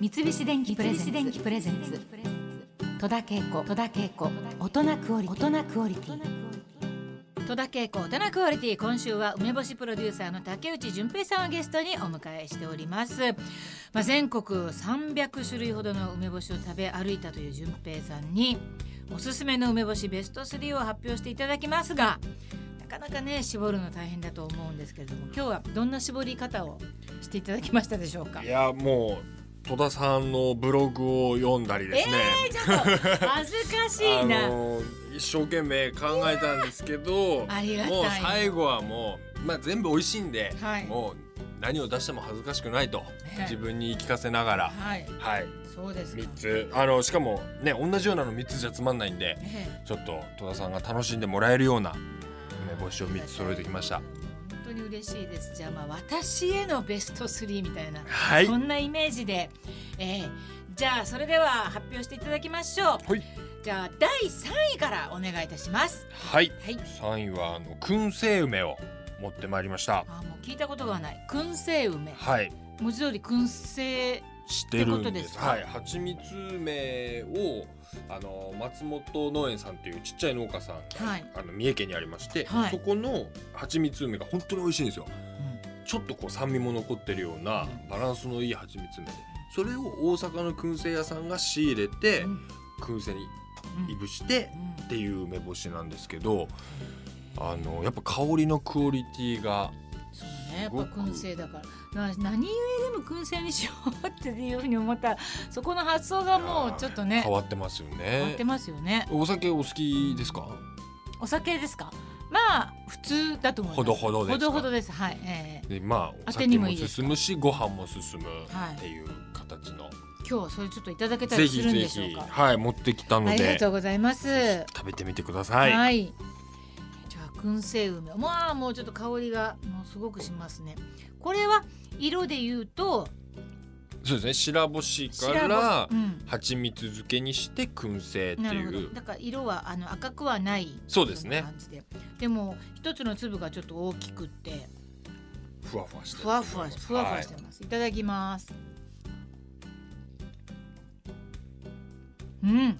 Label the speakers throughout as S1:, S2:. S1: 三菱電機プレゼンツ戸田恵子戸田恵子大人クオリティ大人クオリティ戸田恵子大人クオリティ今週は梅干しプロデューサーの竹内純平さんをゲストにお迎えしております、まあ、全国300種類ほどの梅干しを食べ歩いたという純平さんにおすすめの梅干しベスト3を発表していただきますがなかなかね絞るの大変だと思うんですけれども今日はどんな絞り方をしていただきましたでしょうか
S2: いやもう戸田さんのブログを読んだりですね、
S1: えー、ちょっと恥ずかしいな。
S2: あの一生懸命考えたんですけど
S1: ありがたい
S2: もう最後はもう、まあ、全部美味しいんで、
S1: はい
S2: もう何を出しても恥ずかしくないと、
S1: ええ
S2: 自分に言い聞かせながら、
S1: はい、
S2: はい、
S1: そうですか
S2: 3。つあのしかもね同じようなの3つじゃつまんないんで
S1: え
S2: ちょっと戸田さんが楽しんでもらえるような
S1: え
S2: 梅干しを3つ揃えてきました。
S1: 本当に嬉しいです。じゃあまあ私へのベスト3みたいな、
S2: はい、
S1: そんなイメージで、ええじゃあそれでは発表していただきましょう。
S2: はい
S1: じゃあ第3位からお願いいたします。
S2: はい、
S1: はい。
S2: 3位はあの燻製梅を持ってまいりました。
S1: あもう聞いたことがない。燻製梅。
S2: はい
S1: 文字通り燻製。
S2: してるん
S1: ってこと
S2: で
S1: です
S2: す。
S1: か
S2: はい、蜂蜜梅をあの松本農園さんというちっちゃい農家さんが、
S1: はい
S2: あの三重県にありまして、
S1: はい
S2: そこの蜂蜜梅が本当に美味しいんですよ。
S1: ん
S2: ちょっとこう酸味も残ってるようなバランスのいい蜂蜜梅で、それを大阪の燻製屋さんが仕入れて、
S1: うん
S2: 燻製に
S1: うん
S2: いぶして
S1: うん
S2: っていう梅干しなんですけど、あのやっぱ香りのクオリティが
S1: そうね、やっぱ
S2: すごく
S1: 燻製だからな何故でも燻製にしようっていうふうに思ったそこの発想がもうちょっとね
S2: 変わってますよ
S1: 変わって
S2: ね。
S1: ますよね
S2: お酒お好きですか？
S1: お酒ですかまあ普通だと思います
S2: ほどほどです
S1: ほ
S2: か
S1: どほどですはい、ええ
S2: でまあお
S1: 当てに
S2: 酒
S1: も
S2: も
S1: いいですか
S2: 進むしご飯も進む
S1: はい
S2: っていう形の、
S1: 今日はそれちょっといただけた
S2: ぜ
S1: りす
S2: ひ
S1: るん
S2: ぜ
S1: でしょう
S2: ひ
S1: か
S2: はい持ってきたの
S1: ありが
S2: で
S1: とうございますは
S2: 食べてみてくだ
S1: い、
S2: さい、
S1: じゃあ燻製梅まあもうちょっと香りがもうすごくしますねこれは色で言うと
S2: そうですね白干しから
S1: 白ごうん
S2: 蜂蜜漬けにして燻製って
S1: ないるほ
S2: う
S1: どだから色はあの赤くはない
S2: そうですね
S1: よな感じででも一つの粒がちょっと大きくって
S2: ふわふわしてる
S1: ふわふわふわふわして
S2: はい
S1: ます、い、ただきますうん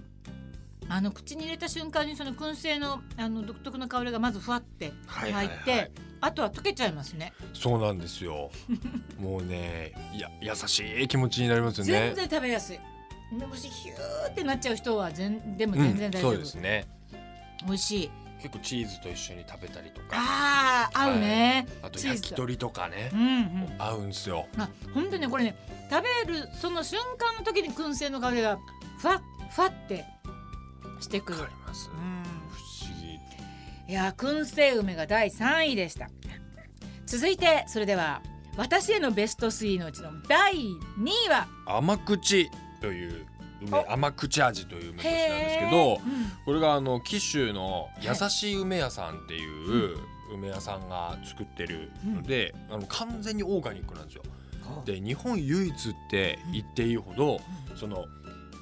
S1: あの口に入れた瞬間にその燻製のあの独特の香りがまずふわって
S2: は
S1: 入って、
S2: いはいはい
S1: あとは溶けちゃいますね
S2: そうなんで すよもうねいや優しい気持ちになりますよね
S1: 全然食べやすい梅干しヒューってなっちゃう人は全でも
S2: うん
S1: 全然大丈
S2: そ
S1: 夫、
S2: うですね
S1: 美味しい
S2: 結構チーズと一緒に食べたりとか
S1: あー合うね、
S2: あと
S1: チーズ
S2: 焼き鳥とかね
S1: うんうん
S2: 合うんですよ
S1: あ本当にねこれね食べるその瞬間の時に燻製の香りがふわっふわってしてく
S2: わ
S1: る
S2: かります
S1: う
S2: 不
S1: ん
S2: 思議
S1: いやー燻製梅が第3位でした続いてそれでは私へのベスト3のうちの第2位は
S2: 甘口という梅
S1: お
S2: 甘口味という梅干しなんですけ
S1: う
S2: ど
S1: ん
S2: これがあの紀州の優しい梅屋さんっていう梅屋さんが作ってるので、あの完全にオーガニックなんですよ。で日本唯一って言っていいほど、その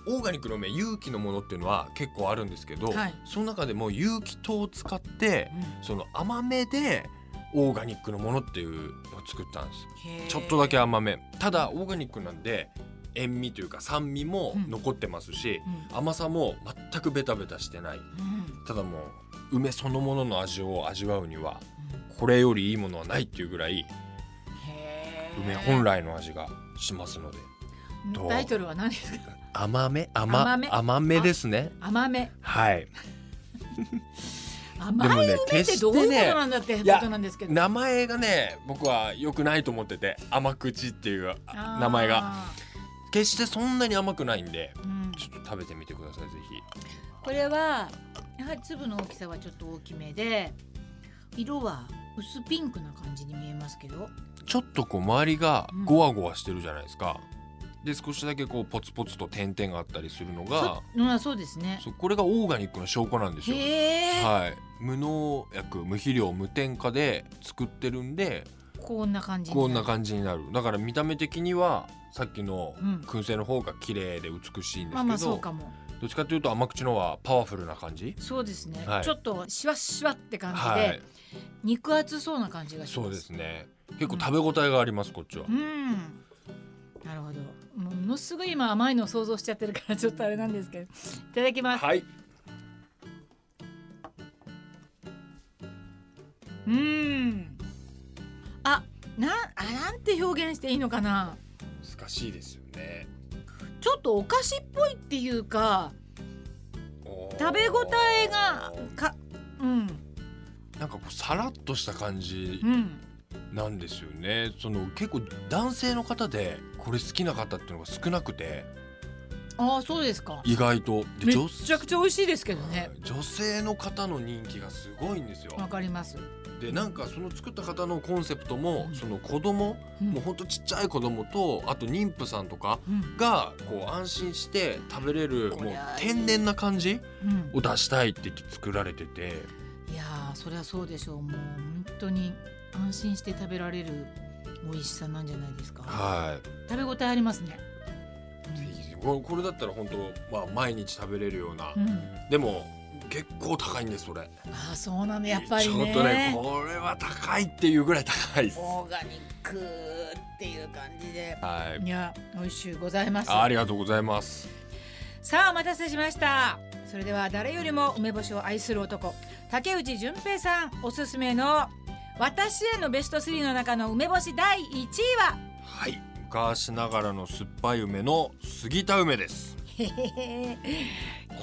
S2: オーガニックの梅有機のものっていうのは結構あるんですけど、
S1: はい
S2: その中でも有機糖を使って
S1: うん
S2: その甘めでオーガニックのものっていうのを作ったんです。
S1: へー
S2: ちょっとだけ甘めただオーガニックなんで塩味というか酸味も
S1: うん
S2: 残ってますし、
S1: うん
S2: 甘さも全くベタベタしてない
S1: うん
S2: ただもう梅そのものの味を味わうにはこれよりいいものはないっていうぐらい
S1: へー
S2: 梅本来の味がしますのでと
S1: タイトルは何ですか
S2: 甘め甘
S1: 甘め
S2: 甘めですね
S1: 甘め
S2: はい
S1: 甘
S2: でも
S1: い
S2: ね
S1: 梅ってどういうことなんだってこと
S2: ね
S1: なんですけど、
S2: 名前がね僕は良くないと思ってて甘口っていう
S1: あー
S2: 名前が、決してそんなに甘くないんで
S1: うん
S2: ちょっと食べてみてくださいぜひ
S1: これはやはり粒の大きさはちょっと大きめで色は薄ピンクな感じに見えますけど
S2: ちょっとこう周りがゴワゴワしてるじゃないですか、で少しだけこうポツポツと点々があったりするのが
S1: そうんそうですね
S2: そうこれがオーガニックの証拠なんですよ、
S1: へえ、
S2: はい、無農薬無肥料無添加で作ってるんで
S1: こんな感じに
S2: こんな感じになるだから見た目的にはさっきの
S1: うん
S2: 燻製の方が綺麗で美しいんです
S1: まあまあ
S2: け
S1: そ
S2: ど
S1: う、かも
S2: どっちかというと甘口の方はパワフルな感じ
S1: そうですね、
S2: はい
S1: ちょっとシワッシワって感じで、
S2: はい
S1: 肉厚そうな感じがします
S2: そうですね結構食べ応えがあります、こっちは
S1: うんなるほどもうものすごい今甘いのを想像しちゃってるからちょっとあれなんですけどいただきます、
S2: はい。
S1: うーんあなあなんて表現していいのかな
S2: 難しいですよね。
S1: ちょっとお菓子っぽいっていうか
S2: おー
S1: 食べ応えがかうん
S2: なんかこうさらっとした感じ
S1: うん
S2: なんですよね。その結構男性の方でこれ好きな方っていうのが少なくて
S1: ああそうですか
S2: 意外とで
S1: めっ
S2: 女
S1: ちゃくちゃ美味しいですけどね
S2: はい女性の方の人気がすごいんですよ。
S1: わかります、
S2: でなんかその作った方のコンセプト
S1: う
S2: も
S1: ん
S2: その子供
S1: うん
S2: もうほんとちっちゃい子供とあと妊婦さんとか
S1: うん
S2: がこう安心して食べれる
S1: こ
S2: もう
S1: りゃいい
S2: 天然な感じ
S1: うん
S2: を出したいって言って作られてて
S1: いやーそりゃそうでしょうもう本当に安心して食べられる美味しさなんじゃないですか
S2: はい。
S1: 食べ応えありますね
S2: ぜひぜひこれこれだったら本当まあ毎日食べれるような、
S1: うん、
S2: でも結構高いんですそれ
S1: ああそうなんだやっぱりね
S2: ちょっとねこれは高いっていうぐらい高いです
S1: オーガニックっていう感じで
S2: はい
S1: いや美味しゅうございます
S2: あありがとうございます
S1: さあお待たせしましたそれでは誰よりも梅干しを愛する男竹内純平さんおすすめの私へのベスト3の中の梅干し第1位は
S2: はい昔ながらの酸っぱい梅の杉田梅です
S1: へへへ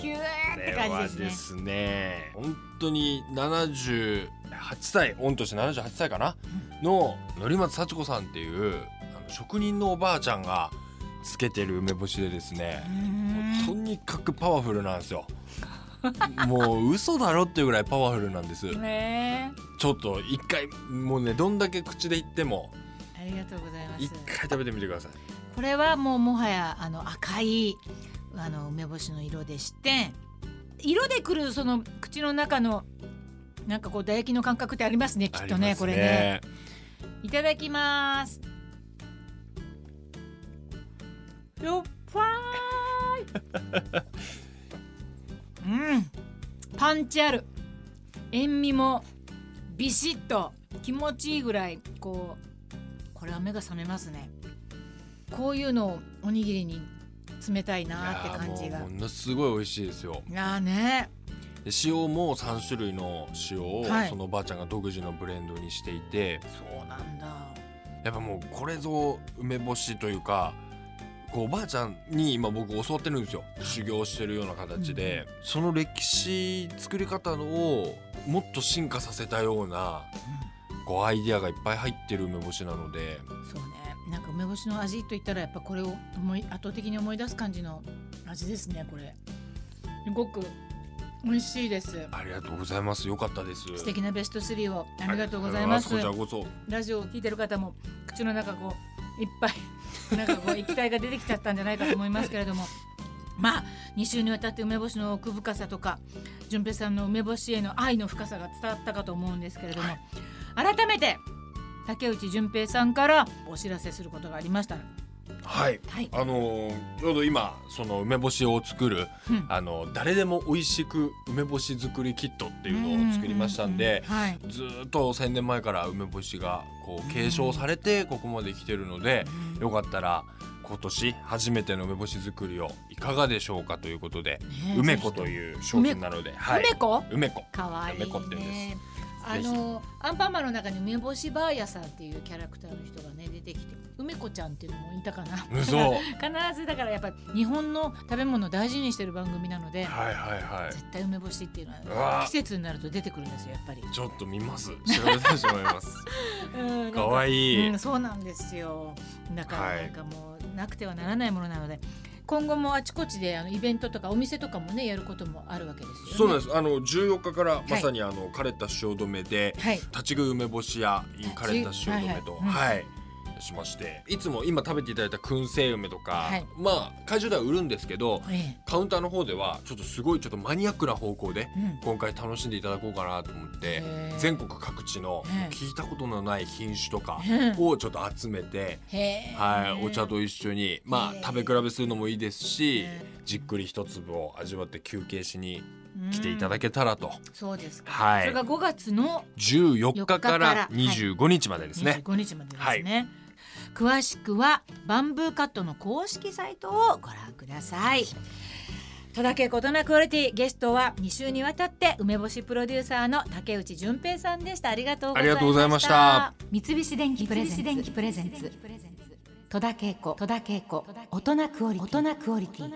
S1: キューって
S2: これ
S1: 感
S2: は
S1: じですね
S2: ですね本当に78歳御年78歳かなの乗松幸子さんっていうあの職人のおばあちゃんがつけてる梅干しでですね、
S1: うーん
S2: とにかくパワフルな んですよもう嘘だろっていうぐらいパワフルなんです
S1: ね
S2: ちょっと一回もうねどんだけ口で言っても
S1: えありがとうございま
S2: 一
S1: す
S2: 回食べてみてください
S1: これはもうもはやあの赤いあの梅干しの色でして色でくるその口の中のなんかこう唾液の感覚ってありますねきっとね
S2: あります
S1: これねいただきますよっ ぱいうんパンチある塩味もビシッと気持ちいいぐらいこうこれは目が覚めますねこういうのをおにぎりに冷たいなーって感じ
S2: い
S1: が
S2: やーもうものすごい美味しいですよ
S1: いやーね
S2: で塩も三種類の塩を
S1: はい
S2: そのおばあちゃんが独自のブレンドにしていて、
S1: そうなんだ
S2: やっぱもうこれぞ梅干しというかこうおばあちゃんに今僕教わってるんですよ修行してるような形で、その歴史作り方をもっと進化させたようなこうアイディアがいっぱい入ってる梅干しなので
S1: そうねなんか梅干しの味といったらやっぱこれを思い圧倒的に思い出す感じの味ですねこれすごく美味しいです
S2: ありがとうございますよかったです
S1: 素敵なベスト3をありがとうございます
S2: ありがとうございますこちらこ
S1: ラジオを聞いてる方も口の中こういっぱ いなんかこう液体が出てきちゃったんじゃないかと思いますけれどもまあ2週にわたって梅干しの奥深さとか純平さんの梅干しへの愛の深さが伝わったかと思うんですけれども改めて竹内純平さんからお知らせすることがありましたら
S2: そはい
S1: はい、
S2: あのーちょうど今その梅干しを作る、
S1: うん
S2: あの誰でも美味しく梅干し作りキットっていうのを作りましたんで、
S1: うううんはい
S2: ずーっと1000年前から梅干しがこう継承されてここまで来てるので、よかったら今年初めての梅干し作りをいかがでしょうかということで、
S1: ねえ
S2: 梅子という商品なので、はい、
S1: 梅子
S2: 梅子
S1: かわいい
S2: 梅子って言うんで
S1: ねあ
S2: ぜ
S1: のアンパンマンの中に梅干しバーヤさんっていうキャラクターの人がね出てきて梅子ちゃんっていうのもいたかな
S2: 嘘
S1: だ
S2: は
S1: か
S2: い
S1: ら 必ずだからやっぱ日本の食べ物を大事にしてる番組なので、
S2: はいは い
S1: 絶対梅干しっていうの
S2: う
S1: は
S2: わー
S1: 季節になると出てくるんですよやっぱり
S2: ちょっと見ます調べてしまいます
S1: うん
S2: かわいい、
S1: うん、そうなんですよだから
S2: はい
S1: なんかもうなくてはならないものなので、今後もあちこちであのイベントとかお店とかもねやることもあるわけです
S2: そ
S1: よね
S2: うなんですあの14日からまさにあの枯れた汐留で、
S1: はい
S2: 立ち食い梅干しやインカレッタ塩梅と
S1: はいは
S2: はい、しましていつも今食べていただいた燻製梅とか、
S1: はい
S2: まあ会場では売るんですけど
S1: え
S2: カウンターの方ではちょっとすごいちょっとマニアックな方向で
S1: えうん
S2: 今回楽しんでいただこうかなと思って
S1: へえ
S2: 全国各地の
S1: へえ
S2: 聞いたことのない品種とか
S1: へえ
S2: をちょっと集めて。
S1: へえ
S2: はい、お茶と一緒に、ま
S1: へえ
S2: あ、食べ比べするのもいいですし
S1: へ
S2: じっくり一粒を味わって休憩しに来ていただけたらと、
S1: うんそうですか、
S2: はい
S1: それが5月の
S2: 14
S1: 4
S2: 日か
S1: から
S2: ら25日までですね。
S1: 25日までですね、詳しくはバンブーカットの公式サイトをご覧ください戸田恵子大人クオリティゲストは2週にわたって梅干しプロデューサーの竹内純平さんでしたありがとう
S2: ありがとうございました
S1: 三菱電機プレゼンツ戸田恵子大人クオリティ